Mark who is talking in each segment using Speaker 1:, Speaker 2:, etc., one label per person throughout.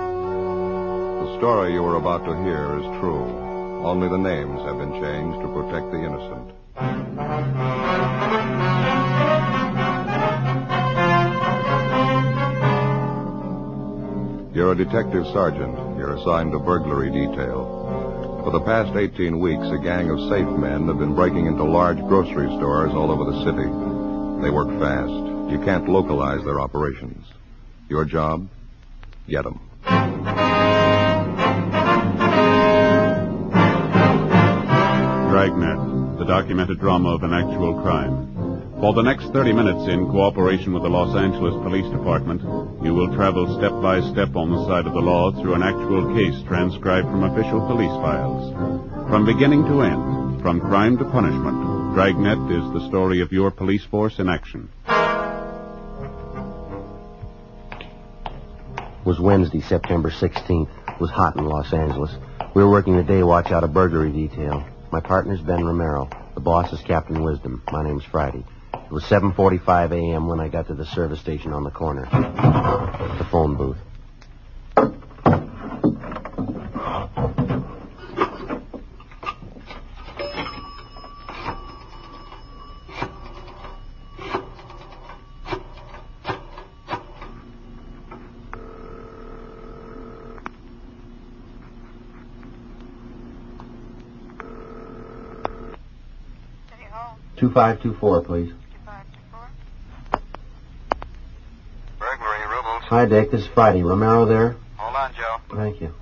Speaker 1: The story you are about to hear is true. Only the names have been changed to protect the innocent. You're a detective sergeant. You're assigned to burglary detail. For the past 18 weeks, a gang of safe men have been breaking into large grocery stores all over the city. They work fast. You can't localize their operations. Your job? Get 'em.
Speaker 2: Dragnet, the documented drama of an actual crime. For the next 30 minutes, in cooperation with the Los Angeles Police Department, you will travel step by step on the side of the law through an actual case transcribed from official police files. From beginning to end, from crime to punishment, Dragnet is the story of your police force in action.
Speaker 3: was Wednesday, September 16th. It was hot in Los Angeles. We were working the day watch out of burglary detail. My partner's Ben Romero. The boss is Captain Wisdom. My name's Friday. It was 7.45 a.m. when I got to the service station on the corner. The phone booth.
Speaker 4: City Hall,
Speaker 3: 2524, please.
Speaker 4: 2524.
Speaker 1: Burglary, Rubles.
Speaker 3: Hi, Dick. This is Friday. Romero there?
Speaker 1: Hold on, Joe.
Speaker 3: Thank you.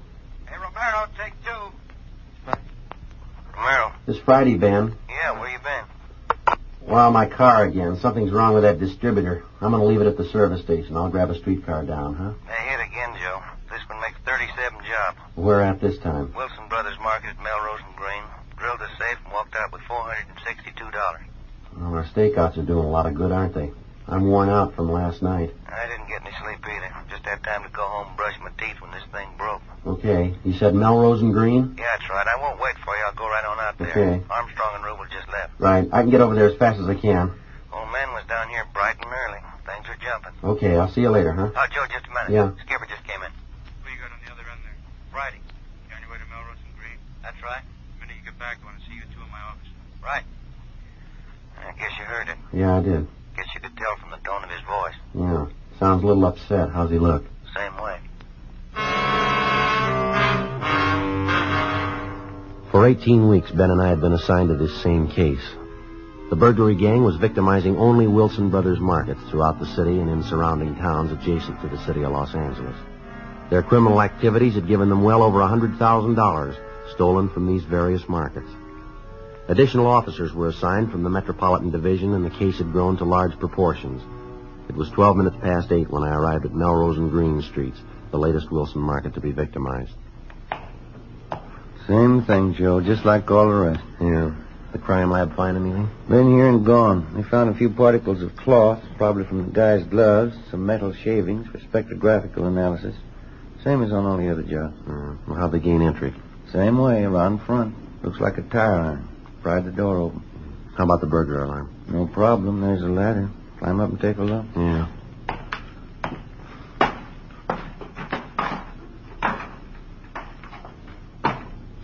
Speaker 4: Hey, Romero, take two.
Speaker 1: Romero.
Speaker 3: This Friday, Ben.
Speaker 1: Yeah, where you been?
Speaker 3: Well, my car again. Something's wrong with that distributor. I'm going to leave it at the service station. I'll grab a streetcar down, huh?
Speaker 1: They hit again, Joe. This one makes 37 jobs.
Speaker 3: Where at this time?
Speaker 1: Wilson Brothers Market at Melrose and Green. Drilled a safe and walked out with $462.
Speaker 3: Well, our stakeouts are doing a lot of good, aren't they? I'm worn out from last night.
Speaker 1: I didn't get any sleep either. Just had time to go home and brush my teeth when this thing broke.
Speaker 3: Okay. You said Melrose and Green?
Speaker 1: Yeah, that's right. I won't wait for you. I'll go right on out there.
Speaker 3: Okay.
Speaker 1: Armstrong and Rubel just left.
Speaker 3: Right. I can get over there as fast as I can.
Speaker 1: Old man was down here bright and early. Things are jumping.
Speaker 3: Okay, I'll see you later, huh?
Speaker 1: Oh, Joe, just a minute.
Speaker 3: Yeah.
Speaker 1: Skipper just came in. Who you got on the other end there? Friday. You on your way to Melrose and Green? That's right. The minute you get back, I want to see you two in my office. Right. I guess you heard it.
Speaker 3: Yeah, I did.
Speaker 1: Guess you could tell from the tone of his voice.
Speaker 3: Yeah. Sounds a little upset. How's he look?
Speaker 1: Same way.
Speaker 3: For 18 weeks, Ben and I had been assigned to this same case. The burglary gang was victimizing only Wilson Brothers markets throughout the city and in surrounding towns adjacent to the city of Los Angeles. Their criminal activities had given them well over $100,000 stolen from these various markets. Additional officers were assigned from the Metropolitan Division, and the case had grown to large proportions. It was 12 minutes past 8 when I arrived at Melrose and Green Streets, the latest Wilson market to be victimized.
Speaker 5: Same thing, Joe, just like all the rest.
Speaker 3: Yeah. The crime lab find anything?
Speaker 5: Been here and gone. They found a few particles of cloth, probably from the guy's gloves, some metal shavings for spectrographical analysis. Same as on all the other jobs.
Speaker 3: Uh, well, how'd they gain entry?
Speaker 5: Same way, around front. Looks like a tire iron. Pried the door open.
Speaker 3: How about the burglar alarm?
Speaker 5: No problem. There's a ladder. Climb up and take a look.
Speaker 3: Yeah.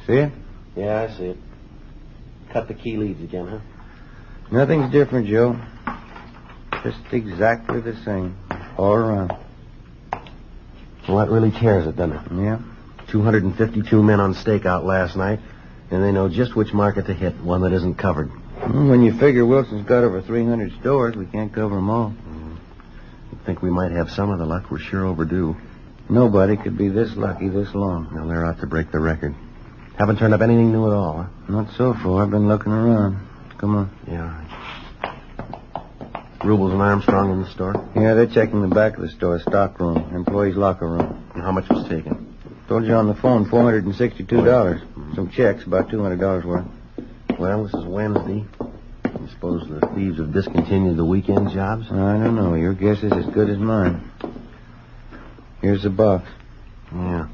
Speaker 5: See it?
Speaker 3: Yeah, I see it. Cut the key leads again, huh?
Speaker 1: Nothing's different, Joe. Just exactly the same. All around.
Speaker 3: Well, that really tears it, doesn't it?
Speaker 1: Yeah.
Speaker 3: 252 men on stakeout last night, and they know just which market to hit, one that isn't covered.
Speaker 1: Well, When you figure Wilson's got over 300 stores, we can't cover 'em all.
Speaker 3: I Mm-hmm. think we might have some of the luck. We're sure overdue.
Speaker 1: Nobody could be this lucky this long.
Speaker 3: Now, they're out to break the record. Haven't turned up anything new at all, huh?
Speaker 1: Not so far. I've been looking around. Come on.
Speaker 3: Yeah. Rubles and Armstrong in the store.
Speaker 1: Yeah, they're checking the back of the store, stock room, employees' locker room.
Speaker 3: And how much was taken?
Speaker 1: Told you on the phone, $462. Some checks, about $200 worth.
Speaker 3: Well, this is Wednesday. I suppose the thieves have discontinued the weekend jobs.
Speaker 1: I don't know. Your guess is as good as mine. Here's the box.
Speaker 3: Yeah.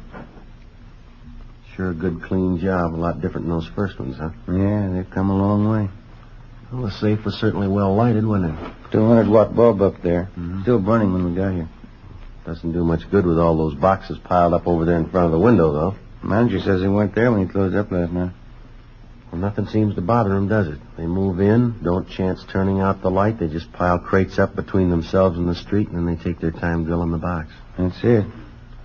Speaker 3: Sure, a good, clean job. A lot different than those first ones, huh?
Speaker 1: Yeah, they've come a long way.
Speaker 3: Well, the safe was certainly well lighted, wasn't it? Mm-hmm.
Speaker 1: 200 watt bulb up there. Still burning when we got here.
Speaker 3: Doesn't do much good with all those boxes piled up over there in front of the window, though.
Speaker 1: Manager says they weren't there when he closed up last night.
Speaker 3: Well, nothing seems to bother them, does it? They move in, don't chance turning out the light. They just pile crates up between themselves and the street, and then they take their time drilling the box.
Speaker 1: That's it.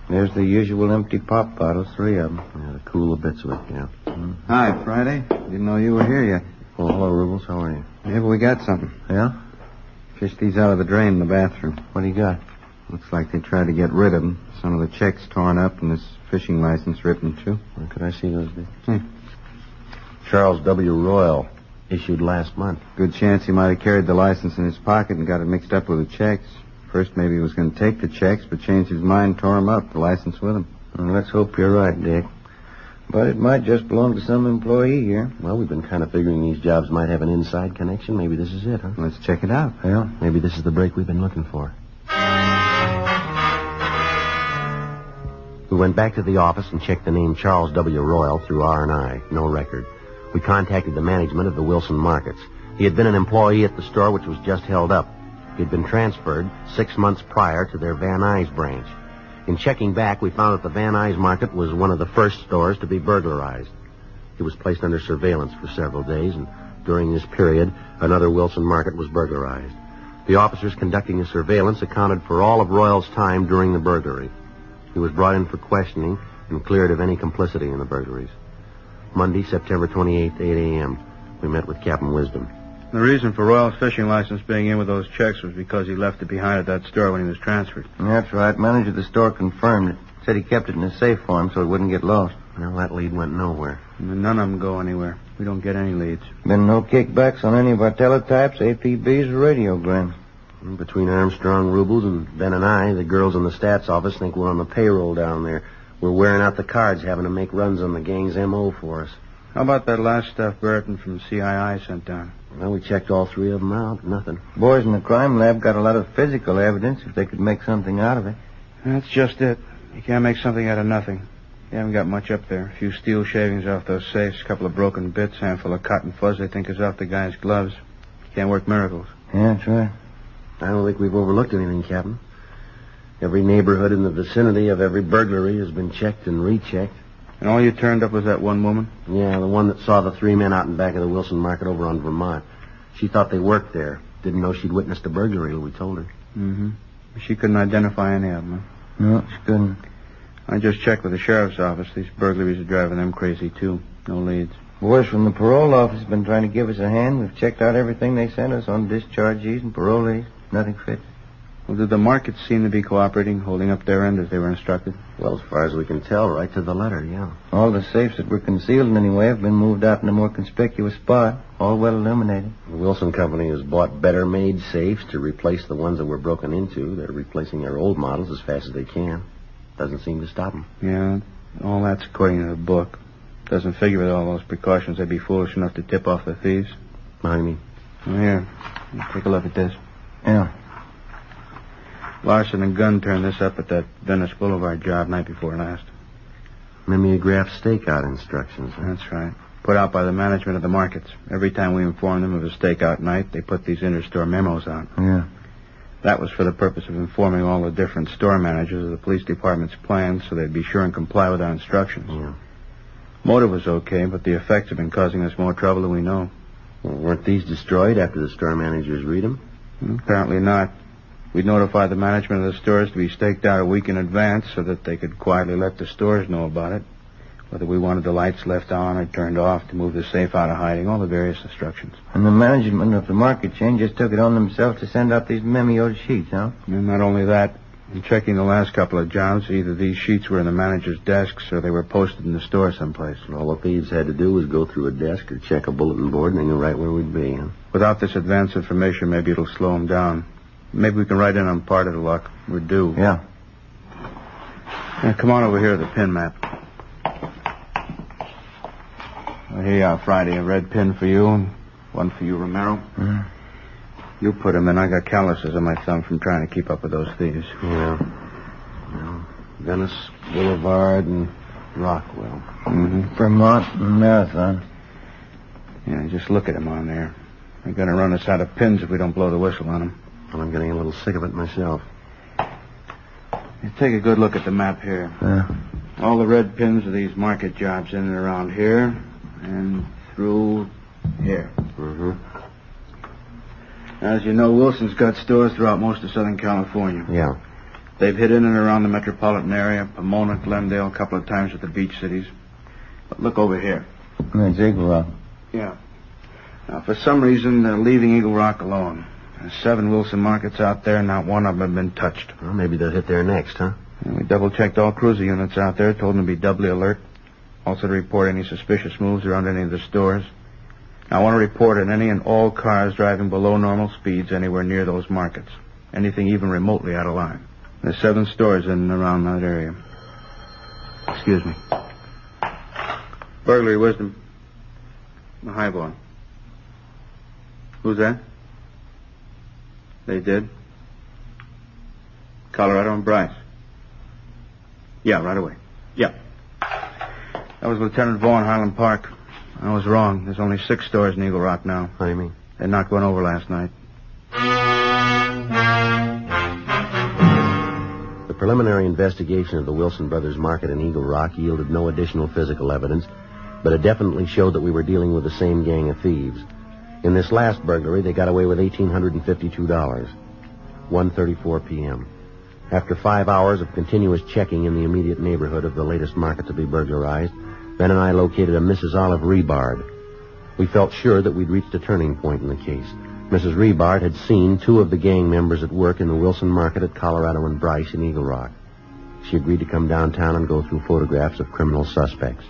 Speaker 1: There's the usual empty pop bottles, three of 'em.
Speaker 3: Yeah, the cooler bits of it, yeah. Hmm.
Speaker 1: Hi, Friday. Didn't know you were here yet.
Speaker 3: Well, hello, Rubles. How are you?
Speaker 1: Yeah, but we got something.
Speaker 3: Yeah?
Speaker 1: Fished these out of the drain in the bathroom.
Speaker 3: What do you got?
Speaker 1: Looks like they tried to get rid of them. Some of the checks torn up and this fishing license ripped in two.
Speaker 3: Where could I see those bits?
Speaker 1: Hmm.
Speaker 3: Charles W. Royal, issued last month.
Speaker 1: Good chance he might have carried the license in his pocket and got it mixed up with the checks. First, maybe he was going to take the checks, but changed his mind, tore 'em up, the license with him. let's hope you're right, Dick. But it might just belong to some employee here.
Speaker 3: Well, we've been kind of figuring these jobs might have an inside connection. Maybe this is it, huh?
Speaker 1: Let's check it out.
Speaker 3: Well, maybe this is the break we've been looking for. We went back to the office and checked the name Charles W. Royal through R&I. No record. We contacted the management of the Wilson Markets. He had been an employee at the store which was just held up. He had been transferred six months prior to their Van Nuys branch. In checking back, we found that the Van Nuys Market was one of the first stores to be burglarized. He was placed under surveillance for several days, and during this period, another Wilson market was burglarized. The officers conducting the surveillance accounted for all of Royal's time during the burglary. He was brought in for questioning and cleared of any complicity in the burglaries. Monday, September 28th, 8 a.m., we met with Captain Wisdom.
Speaker 6: The reason for Royal's fishing license being in with those checks was because he left it behind at that store when he was transferred.
Speaker 1: That's right. Manager of the store confirmed it. Said he kept it in his safe for him so it wouldn't get lost.
Speaker 3: Well, that lead went nowhere.
Speaker 6: And none of them go anywhere. We don't get any leads.
Speaker 1: Been no kickbacks on any of our teletypes, APBs, or radiograms.
Speaker 3: And Hmm, Between Armstrong, Rubles, and Ben and I, the girls in the stats office think we're on the payroll down there. We're wearing out the cards having to make runs on the gang's M.O. for us.
Speaker 6: How about that last stuff Burton from CII sent down?
Speaker 3: Well, we checked all three of them out. Nothing.
Speaker 1: Boys in the crime lab got a lot of physical evidence if they could make something out of it.
Speaker 6: That's just it. You can't make something out of nothing. You haven't got much up there. A few steel shavings off those safes, a couple of broken bits, handful of cotton fuzz they think is off the guy's gloves. Can't work miracles.
Speaker 1: Yeah, that's right.
Speaker 3: I don't think we've overlooked anything, Captain. Every neighborhood in the vicinity of every burglary has been checked and rechecked.
Speaker 6: And all you turned up was that one woman?
Speaker 3: Yeah, the one that saw the three men out in back of the Wilson Market over on Vermont. She thought they worked there. Didn't know she'd witnessed a burglary till we told her.
Speaker 6: Mm-hmm. She couldn't identify any of them.
Speaker 1: No, she couldn't.
Speaker 6: I just checked with the sheriff's office. These burglaries are driving them crazy, too. No leads.
Speaker 1: Boys from the parole office been trying to give us a hand. We've checked out everything they sent us on dischargees and parolees. Nothing fits.
Speaker 6: Well, did the markets seem to be cooperating, holding up their end as they were instructed?
Speaker 3: Well, as far as we can tell, right to the letter, yeah.
Speaker 1: All the safes that were concealed in any way have been moved out in a more conspicuous spot, all well illuminated.
Speaker 3: The Wilson Company has bought better made safes to replace the ones that were broken into. They're replacing their old models as fast as they can. Doesn't seem to stop them.
Speaker 6: Yeah, all that's according to the book. Doesn't figure with all those precautions they'd be foolish enough to tip off the thieves.
Speaker 3: I mean,
Speaker 6: Well, here, you take a look at this.
Speaker 1: Yeah.
Speaker 6: Larson and Gunn turned this up at that Venice Boulevard job night before last.
Speaker 3: mimeograph stakeout instructions. huh?
Speaker 6: That's right. Put out by the management of the markets. Every time we informed them of a stakeout night, they put these interstore memos out.
Speaker 1: Yeah.
Speaker 6: That was for the purpose of informing all the different store managers of the police department's plans so they'd be sure and comply with our instructions.
Speaker 3: Yeah.
Speaker 6: Motive was okay, but the effects have been causing us more trouble than we know.
Speaker 3: weren't these destroyed after the store managers read them?
Speaker 6: Hmm,
Speaker 1: Apparently not. We notified the management of the stores to be staked out a week in advance so that they could quietly let the stores know about it. Whether we wanted the lights left on or turned off to move the safe out of hiding, all the various instructions.
Speaker 7: And the management of the market chain just took it on themselves to send out these memio sheets, huh?
Speaker 1: And not only that, in checking the last couple of jobs, either these sheets were in the manager's desks or they were posted in the store someplace.
Speaker 3: And all the thieves had to do was go through a desk or check a bulletin board, and they knew right where we'd be. Huh?
Speaker 1: Without this advance information, maybe it'll slow them down. Maybe we can ride in on part of the luck. We're due.
Speaker 7: Yeah.
Speaker 1: Yeah, come on over here to the pin map. Well, here you are, Friday. A red pin for you and one for you, Romero. You put 'em in. I got calluses on my thumb from trying to keep up with those thieves.
Speaker 3: Yeah. Well, Venice, Boulevard, and Rockwell.
Speaker 1: Mm-hmm.
Speaker 7: Vermont and Marathon.
Speaker 1: Yeah, just look at 'em on there. They're going to run us out of pins if we don't blow the whistle on 'em.
Speaker 3: Well, I'm getting a little sick of it myself.
Speaker 1: You take a good look at the map here.
Speaker 7: Yeah.
Speaker 1: All the red pins are these market jobs in and around here and through here.
Speaker 3: Mm-hmm.
Speaker 1: As you know, Wilson's got stores throughout most of Southern California.
Speaker 3: Yeah.
Speaker 1: They've hit in and around the metropolitan area, Pomona, Glendale, a couple of times at the beach cities. But look over here.
Speaker 7: That's Eagle
Speaker 1: uh,
Speaker 7: Rock.
Speaker 1: Yeah. Now, for some reason, they're leaving Eagle Rock alone. There's seven Wilson markets out there, and not one of them had been touched.
Speaker 3: Well, maybe they'll hit there next, huh?
Speaker 1: And we double-checked all cruiser units out there, told them to be doubly alert. Also to report any suspicious moves around any of the stores. I want to report on any and all cars driving below normal speeds anywhere near those markets. Anything even remotely out of line. There's seven stores in and around that area. Excuse me. Burglary wisdom. The highball. Who's that? They did. Colorado and Bryce. Yeah, right away. Yeah. That was Lieutenant Vaughn, Highland Park. I was wrong. There's only six stores in Eagle Rock now.
Speaker 3: How do you mean?
Speaker 1: They knocked one over last night.
Speaker 3: The preliminary investigation of the Wilson Brothers Market in Eagle Rock yielded no additional physical evidence, but it definitely showed that we were dealing with the same gang of thieves. In this last burglary, they got away with $1,852. 1.34 p.m. After five hours of continuous checking in the immediate neighborhood of the latest market to be burglarized, Ben and I located a Mrs. Olive Rebard. We felt sure that we'd reached a turning point in the case. Mrs. Rebart had seen two of the gang members at work in the Wilson Market at Colorado and Bryce in Eagle Rock. She agreed to come downtown and go through photographs of criminal suspects.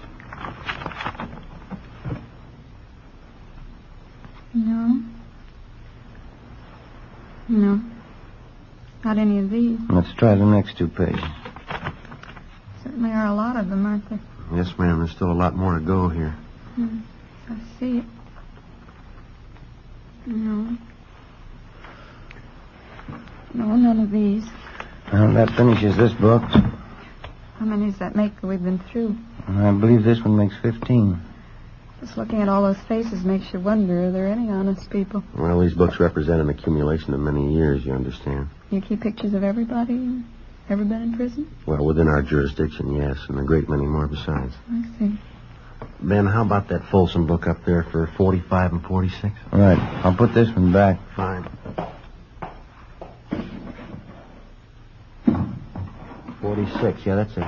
Speaker 8: No. No. Not any of these.
Speaker 7: Let's try the next two pages.
Speaker 8: Certainly are a lot of them, aren't there?
Speaker 3: Yes, ma'am, there's still a lot more to go here.
Speaker 8: Hmm. I see it. No. No, none of these.
Speaker 7: Well, that finishes this book.
Speaker 8: How many does that make that we've been through?
Speaker 7: And I believe this one makes 15.
Speaker 8: Just looking at all those faces makes you wonder, are there any honest people?
Speaker 3: Well, these books represent an accumulation of many years, you understand.
Speaker 8: You keep pictures of everybody ever been in prison?
Speaker 3: Well, within our jurisdiction, yes, and a great many more besides.
Speaker 8: I see.
Speaker 3: Ben, how about that Folsom book up there for 45 and 46?
Speaker 7: All right, I'll put this one back.
Speaker 3: Fine. 46, yeah, that's it.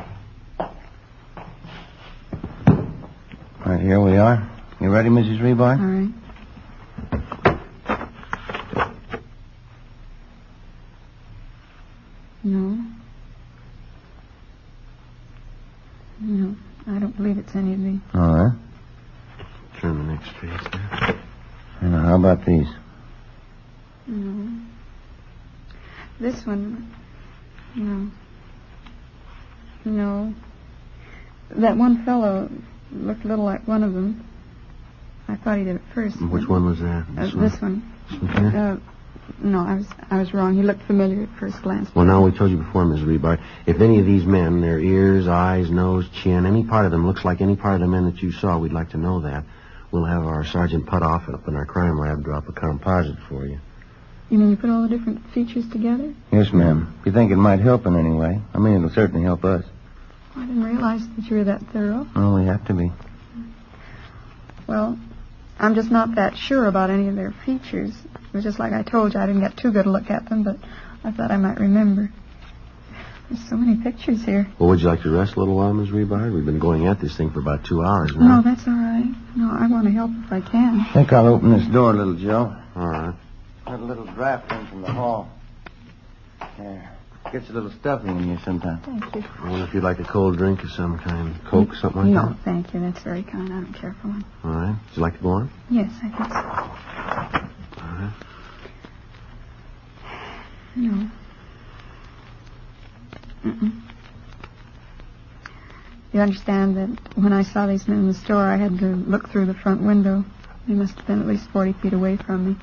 Speaker 7: All right, here we are. You ready, Mrs.
Speaker 8: All
Speaker 7: Rebar?
Speaker 8: right. No. No, I don't believe it's any of these.
Speaker 7: All right.
Speaker 3: Turn the next page there.
Speaker 7: And how about these?
Speaker 8: No. Mm-hmm. This one. No. No. That one fellow looked a little like one of them. I thought he did at first.
Speaker 3: Which
Speaker 8: but-
Speaker 3: one was that?
Speaker 8: Uh, this one.
Speaker 3: This one here?
Speaker 8: Uh, no, I was I was wrong. He looked familiar at first glance.
Speaker 3: Well, now we told you before, Miss Rebart, if any of these men, their ears, eyes, nose, chin, any part of them looks like any part of the men that you saw, we'd like to know that. We'll have our Sergeant Putoff up in our crime lab drop a composite for you.
Speaker 8: You mean you put all the different features together?
Speaker 7: Yes, ma'am. You think it might help in any way? I mean, it'll certainly help us.
Speaker 8: I didn't realize that you were that thorough.
Speaker 7: Well, we have to be.
Speaker 8: Well, I'm just not that sure about any of their features. It was just like I told you, I didn't get too good a look at them, but I thought I might remember. There's so many pictures here.
Speaker 3: Well, would you like to rest a little while, Miss Rebard? We've been going at this thing for about two hours
Speaker 8: No,
Speaker 3: now.
Speaker 8: that's all right. No, I want to help if I can.
Speaker 1: I think I'll open this door, little Joe.
Speaker 3: All right.
Speaker 1: Got a little draft in from the hall. Yeah. Gets a little stuffy in here sometimes.
Speaker 8: Thank you.
Speaker 3: I wonder if you'd like a cold drink of some kind. Coke, something like
Speaker 8: No,
Speaker 3: that?
Speaker 8: thank you. That's very kind. I don't care for one.
Speaker 3: All right. Would you like to go on?
Speaker 8: Yes, I guess. No. Mm-mm. You understand that when I saw these men in the store, I had to look through the front window. They must have been at least 40 feet away from me.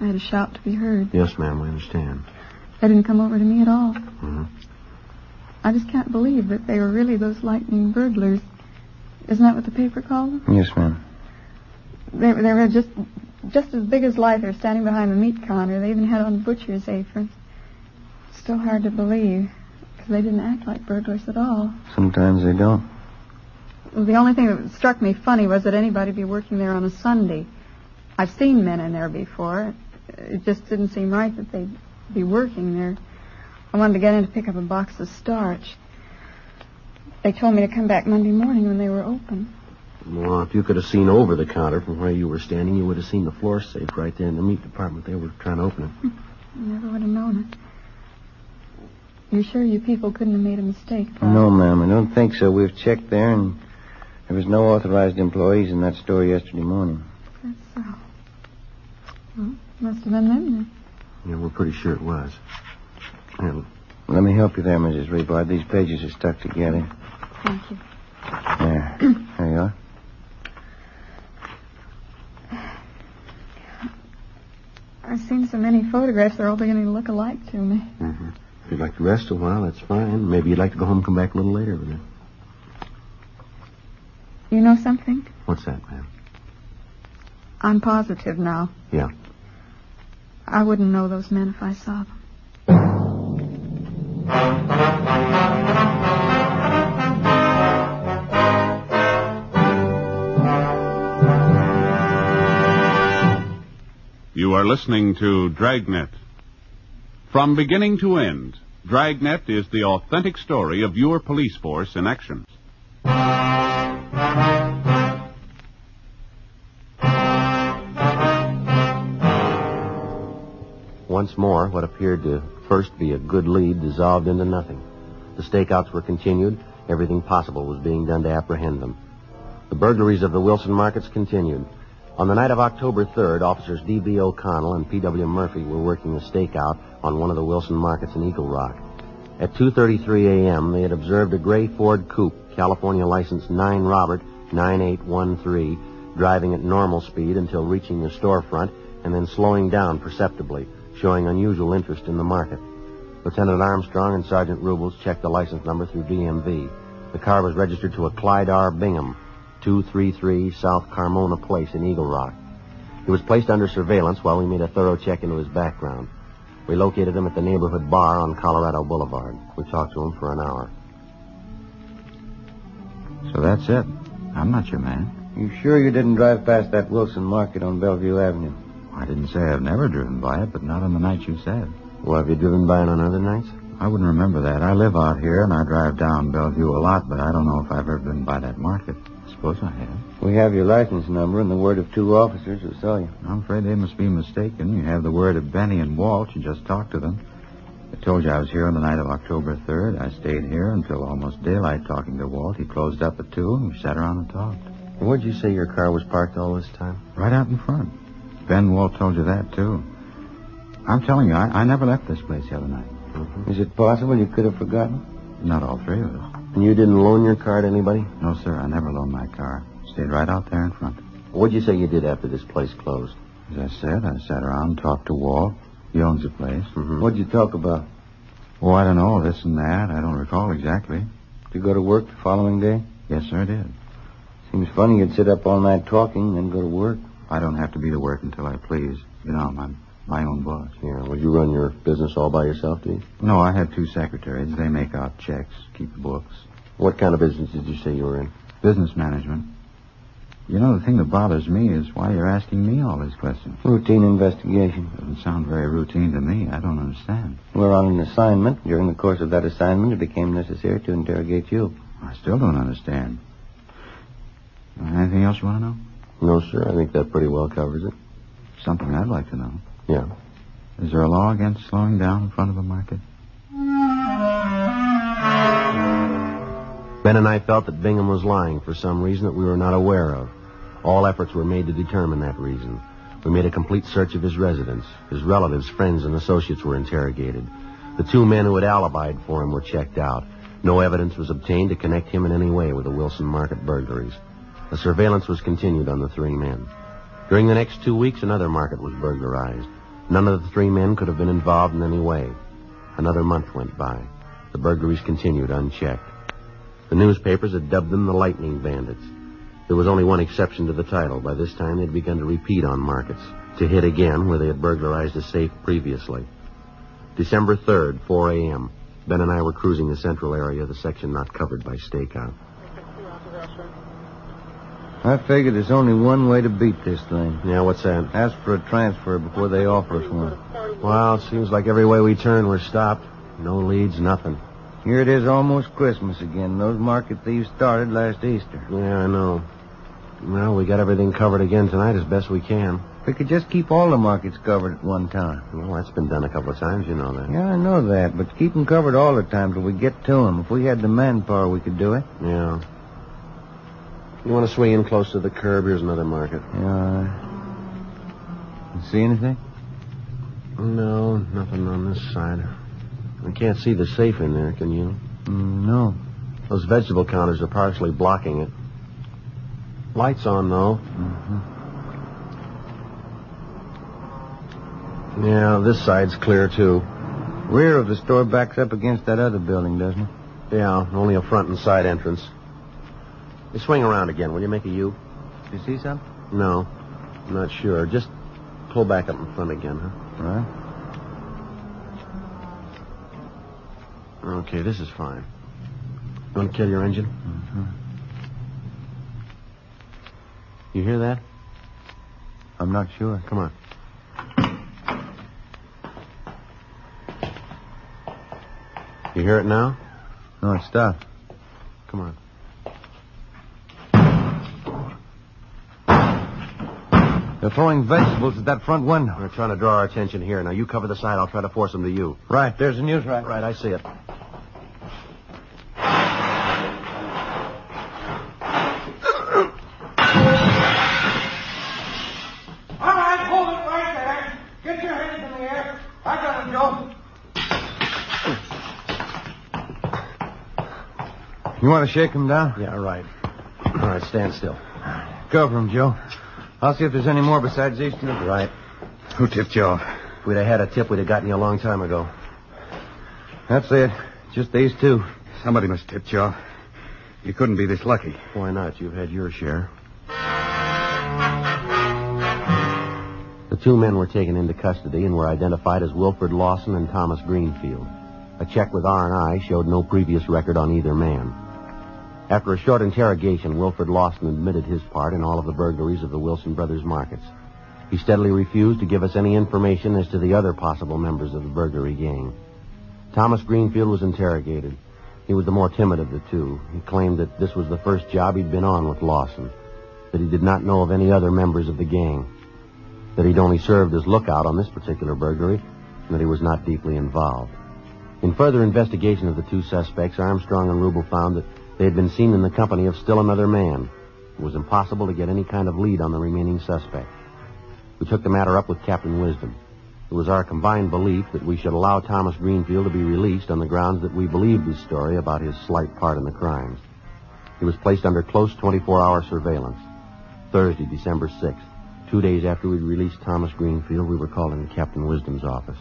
Speaker 8: I had a shout to be heard.
Speaker 3: Yes, ma'am, we understand.
Speaker 8: They didn't come over to me at all.
Speaker 3: Mhm.
Speaker 8: I just can't believe that they were really those lightning burglars. Isn't that what the paper called them?
Speaker 1: Yes, ma'am.
Speaker 8: They, they were just just as big as life. They're standing behind the meat counter. They even had on butcher's aprons. Still hard to believe, because they didn't act like burglars at all.
Speaker 1: Sometimes they don't.
Speaker 8: Well, the only thing that struck me funny was that anybody be working there on a Sunday. I've seen men in there before. It just didn't seem right that they'd be working there. I wanted to get in to pick up a box of starch. They told me to come back Monday morning when they were open.
Speaker 3: Well, if you could have seen over the counter from where you were standing, you would have seen the floor safe right there in the meat department. They were trying to open it.
Speaker 8: I never would have known it. You're sure you people couldn't have made a mistake? Bob?
Speaker 1: No, ma'am, I don't think so. We've checked there, and there was no authorized employees in that store yesterday morning.
Speaker 8: That's so. Well, must have been them then.
Speaker 3: Yeah, we're pretty sure it was. Yeah,
Speaker 1: Let me help you there, Mrs. Rebard. These pages are stuck together.
Speaker 8: Thank you.
Speaker 1: There. There you are.
Speaker 8: I've seen so many photographs, they're all beginning to look alike to me.
Speaker 3: hmm If you'd like to rest a while, that's fine. Maybe you'd like to go home and come back a little later uh, with it.
Speaker 8: You know something?
Speaker 3: What's that, ma'am?
Speaker 8: I'm positive now.
Speaker 3: Yeah.
Speaker 8: I wouldn't know those men if I saw them.
Speaker 2: You are listening to Dragnet. From beginning to end, Dragnet is the authentic story of your police force in action.
Speaker 3: Once more, what appeared to first be a good lead dissolved into nothing. The stakeouts were continued. Everything possible was being done to apprehend them. The burglaries of the Wilson markets continued. On the night of October 3rd, officers D.B. O'Connell and P.W. Murphy were working a stakeout on one of the Wilson markets in Eagle Rock. At 2.33 a.m., they had observed a gray Ford coupe, California license 9 Robert 9813, driving at normal speed until reaching the storefront and then slowing down perceptibly, showing unusual interest in the market. Lieutenant Armstrong and Sergeant Rubles checked the license number through DMV. The car was registered to a Clyde R. Bingham, 233 South Carmona Place in Eagle Rock. He was placed under surveillance while we made a thorough check into his background. We located him at the neighborhood bar on Colorado Boulevard. We talked to him for an hour.
Speaker 1: So that's it. I'm not your man. You sure you didn't drive past that Wilson Market on Bellevue Avenue? I didn't say I've never driven by it, but not on the night you said.
Speaker 3: Well, have you driven by it on other nights?
Speaker 1: I wouldn't remember that. I live out here and I drive down Bellevue a lot, but I don't know if I've ever been by that market. I suppose I have. We have your license number and the word of two officers who saw you. I'm afraid they must be mistaken. You have the word of Benny and Walsh. You just talked to them. I told you I was here on the night of October 3rd. I stayed here until almost daylight talking to Walt. He closed up at 2 and we sat around and talked.
Speaker 3: Where'd you say your car was parked all this time?
Speaker 1: Right out in front. Ben Walt told you that, too. I'm telling you, I, I never left this place the other night.
Speaker 3: Mm-hmm.
Speaker 1: Is it possible you could have forgotten? Not all three of us.
Speaker 3: And you didn't loan your car to anybody?
Speaker 1: No, sir, I never loaned my car. Stayed right out there in front.
Speaker 3: What'd you say you did after this place closed?
Speaker 1: As I said, I sat around and talked to Walt. He owns the place.
Speaker 3: Mhm.
Speaker 1: What'd you talk about? Oh, I don't know, this and that. I don't recall exactly. Did you go to work the following day? Yes, sir, I did. Seems funny you'd sit up all night talking and then go to work. I don't have to be to work until I please. You know, I'm my own boss.
Speaker 3: Yeah, well, you run your business all by yourself, do you?
Speaker 1: No, I have two secretaries. They make out checks, keep the books.
Speaker 3: What kind of business did you say you were in?
Speaker 1: Business management.
Speaker 9: You know, the thing that bothers me is why you're asking me all these questions. Routine investigation. Doesn't sound very routine to me. I don't understand.
Speaker 1: We're on an assignment. During the course of that assignment, it became necessary to interrogate you.
Speaker 9: I still don't understand. Anything else you want to know?
Speaker 1: No, sir. I think that pretty well covers it.
Speaker 9: Something I'd like to know.
Speaker 1: Yeah.
Speaker 9: Is there a law against slowing down in front of a market?
Speaker 1: Ben and I felt that Bingham was lying for some reason that we were not aware of. All efforts were made to determine that reason. We made a complete search of his residence. His relatives, friends, and associates were interrogated. The two men who had alibied for him were checked out. No evidence was obtained to connect him in any way with the Wilson Market burglaries. The surveillance was continued on the three men. During the next two weeks, another market was burglarized. None of the three men could have been involved in any way. Another month went by. The burglaries continued unchecked. The newspapers had dubbed them the Lightning Bandits. There was only one exception to the title. By this time, they'd begun to repeat on markets, to hit again where they had burglarized a safe previously. December 3rd, 4 a.m. Ben and I were cruising the central area of the section not covered by stakeout.
Speaker 9: I figure there's only one way to beat this thing.
Speaker 1: Yeah, what's that?
Speaker 9: Ask for a transfer before they offer us one.
Speaker 1: Well, it seems like every way we turn, we're stopped. No leads, nothing.
Speaker 9: Here it is almost Christmas again. Those market thieves started last Easter.
Speaker 1: Yeah, I know. Well, we got everything covered again tonight as best we can.
Speaker 9: We could just keep all the markets covered at one time.
Speaker 1: Well, that's been done a couple of times, you know that.
Speaker 9: Yeah, I know that, but keep 'em covered all the time till we get to 'em. If we had the manpower, we could do it.
Speaker 1: Yeah. You want to swing in close to the curb? Here's another market.
Speaker 9: Yeah. You Uh, see anything?
Speaker 1: No, nothing on this side. I can't see the safe in there, can you?
Speaker 9: Mm, no.
Speaker 1: Those vegetable counters are partially blocking it. Lights on, though. Yeah, this side's clear, too.
Speaker 9: Mm-hmm. Rear of the store backs up against that other building, doesn't it?
Speaker 1: Yeah, only a front and side entrance. You swing around again. Will you make a U?
Speaker 9: You see something?
Speaker 1: No, I'm not sure. Just pull back up in front again, huh?
Speaker 9: All right.
Speaker 1: Okay, this is fine. You want to kill your engine?
Speaker 9: Mm-hmm.
Speaker 1: You hear that?
Speaker 9: I'm not sure.
Speaker 1: Come on. You hear it now?
Speaker 9: No, it stopped.
Speaker 1: Come on.
Speaker 9: They're throwing vegetables at that front window.
Speaker 1: They're trying to draw our attention here. Now you cover the side. I'll try to force them to you.
Speaker 9: Right, there's the news right.
Speaker 1: Right, I see it.
Speaker 10: All right, hold it right there. Get your hands in the air. I got it, Joe.
Speaker 9: You want to shake him down?
Speaker 1: Yeah, right. All right, stand still.
Speaker 9: Cover him, Joe. I'll see if there's any more besides these two.
Speaker 1: Right.
Speaker 9: Who tipped you off?
Speaker 1: If we'd have had a tip, we'd have gotten you a long time ago.
Speaker 9: That's it. Just these two. Somebody must tip you off. You couldn't be this lucky.
Speaker 1: Why not? You've had your share. The two men were taken into custody and were identified as Wilfred Lawson and Thomas Greenfield. A check with R&I showed no previous record on either man. After a short interrogation, Wilfred Lawson admitted his part in all of the burglaries of the Wilson Brothers markets. He steadily refused to give us any information as to the other possible members of the burglary gang. Thomas Greenfield was interrogated. He was the more timid of the two. He claimed that this was the first job he'd been on with Lawson, that he did not know of any other members of the gang, that he'd only served as lookout on this particular burglary, and that he was not deeply involved. In further investigation of the two suspects, Armstrong and Rubel found that they had been seen in the company of still another man. It was impossible to get any kind of lead on the remaining suspect. We took the matter up with Captain Wisdom. It was our combined belief that we should allow Thomas Greenfield to be released on the grounds that we believed his story about his slight part in the crimes. He was placed under close 24-hour surveillance. Thursday, December 6th, two days after we released Thomas Greenfield, we were called into Captain Wisdom's office.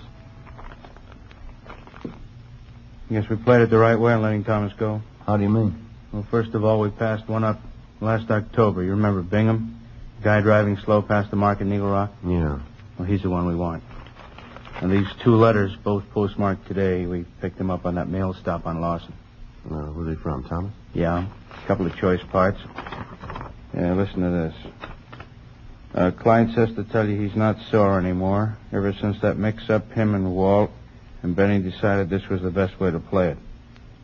Speaker 3: Yes, we played it the right way in letting Thomas go.
Speaker 9: How do you mean?
Speaker 3: Well, first of all, we passed one up last October. You remember Bingham? The guy driving slow past the market in Eagle Rock?
Speaker 1: Yeah.
Speaker 3: Well, he's the one we want. And these two letters, both postmarked today, we picked them up on that mail stop on Lawson.
Speaker 1: Uh, where's he from, Thomas?
Speaker 3: Yeah, a couple of choice parts.
Speaker 1: Yeah, listen to this. Uh, Clyde says to tell you he's not sore anymore. Ever since that mix-up, him and Walt and Benny decided this was the best way to play it.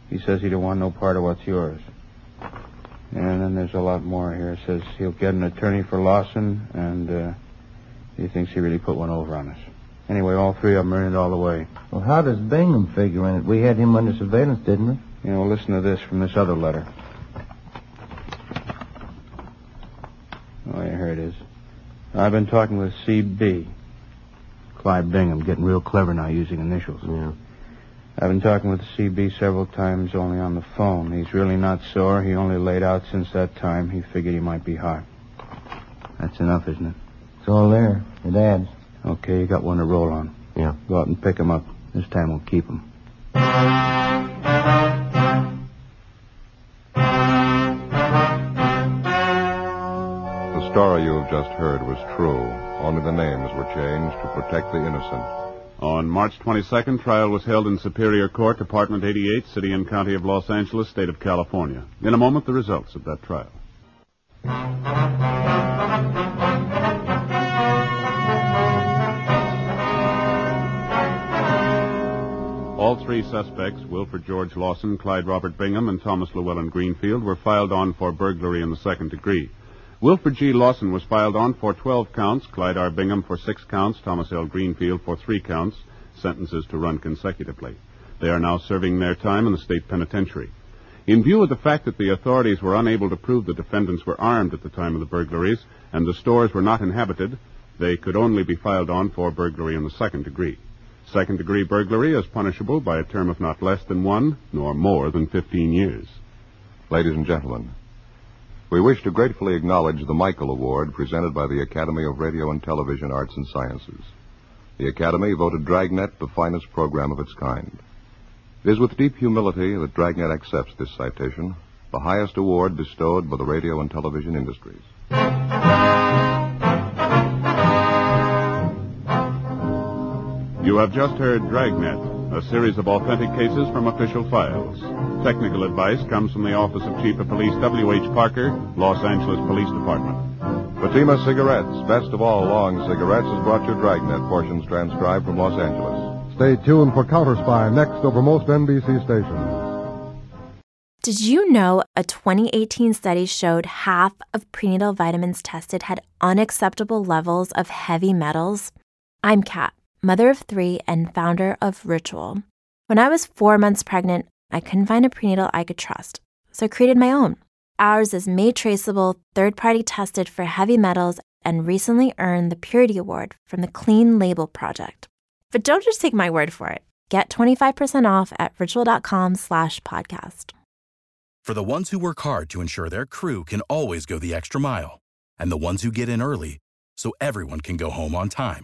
Speaker 1: He says he don't want no part of what's yours. And then there's a lot more here. It says he'll get an attorney for Lawson, and uh, he thinks he really put one over on us. Anyway, all three of them are in it all the way.
Speaker 11: Well, how does Bingham figure in it? We had him under surveillance, didn't we?
Speaker 1: You know, listen to this from this other letter. Oh, yeah, here it is. I've been talking with CB. Clyde Bingham, getting real clever now using initials.
Speaker 12: Yeah.
Speaker 1: I've been talking with CB several times only on the phone. He's really not sore. He only laid out since that time. He figured he might be hot. That's enough, isn't it?
Speaker 11: It's all there. It adds.
Speaker 1: Okay, you got one to roll on.
Speaker 12: Yeah.
Speaker 1: Go out and pick him up. This time we'll keep him.
Speaker 3: The story you have just heard was true. Only the names were changed to protect the innocent.
Speaker 2: On March 22nd, trial was held in Superior Court, Department 88, City and County of Los Angeles, State of California. In a moment, the results of that trial. All three suspects, Wilfred George Lawson, Clyde Robert Bingham, and Thomas Llewellyn Greenfield, were filed on for burglary in the second degree. Wilfred G. Lawson was filed on for 12 counts, Clyde R. Bingham for 6 counts, Thomas L. Greenfield for 3 counts, sentences to run consecutively. They are now serving their time in the state penitentiary. In view of the fact that the authorities were unable to prove the defendants were armed at the time of the burglaries and the stores were not inhabited, they could only be filed on for burglary in the second degree. Second degree burglary is punishable by a term of not less than one nor more than 15 years.
Speaker 3: Ladies and gentlemen, we wish to gratefully acknowledge the Michael Award presented by the Academy of Radio and Television Arts and Sciences. The Academy voted Dragnet the finest program of its kind. It is with deep humility that Dragnet accepts this citation, the highest award bestowed by the radio and television industries.
Speaker 2: You have just heard Dragnet, a series of authentic cases from official files. Technical advice comes from the Office of Chief of Police W.H. Parker, Los Angeles Police Department.
Speaker 3: Fatima Cigarettes, best of all long cigarettes, has brought you Dragnet portions transcribed from Los Angeles.
Speaker 13: Stay tuned for Counter Spy next over most NBC stations.
Speaker 14: Did you know a 2018 study showed half of prenatal vitamins tested had unacceptable levels of heavy metals? I'm Kat, mother of three and founder of Ritual. When I was four months pregnant, I couldn't find a prenatal I could trust, so I created my own. Ours is made traceable, third party tested for heavy metals, and recently earned the Purity Award from the Clean Label Project. But don't just take my word for it. Get 25% off at ritual.com slash podcast.
Speaker 15: For the ones who work hard to ensure their crew can always go the extra mile, and the ones who get in early so everyone can go home on time,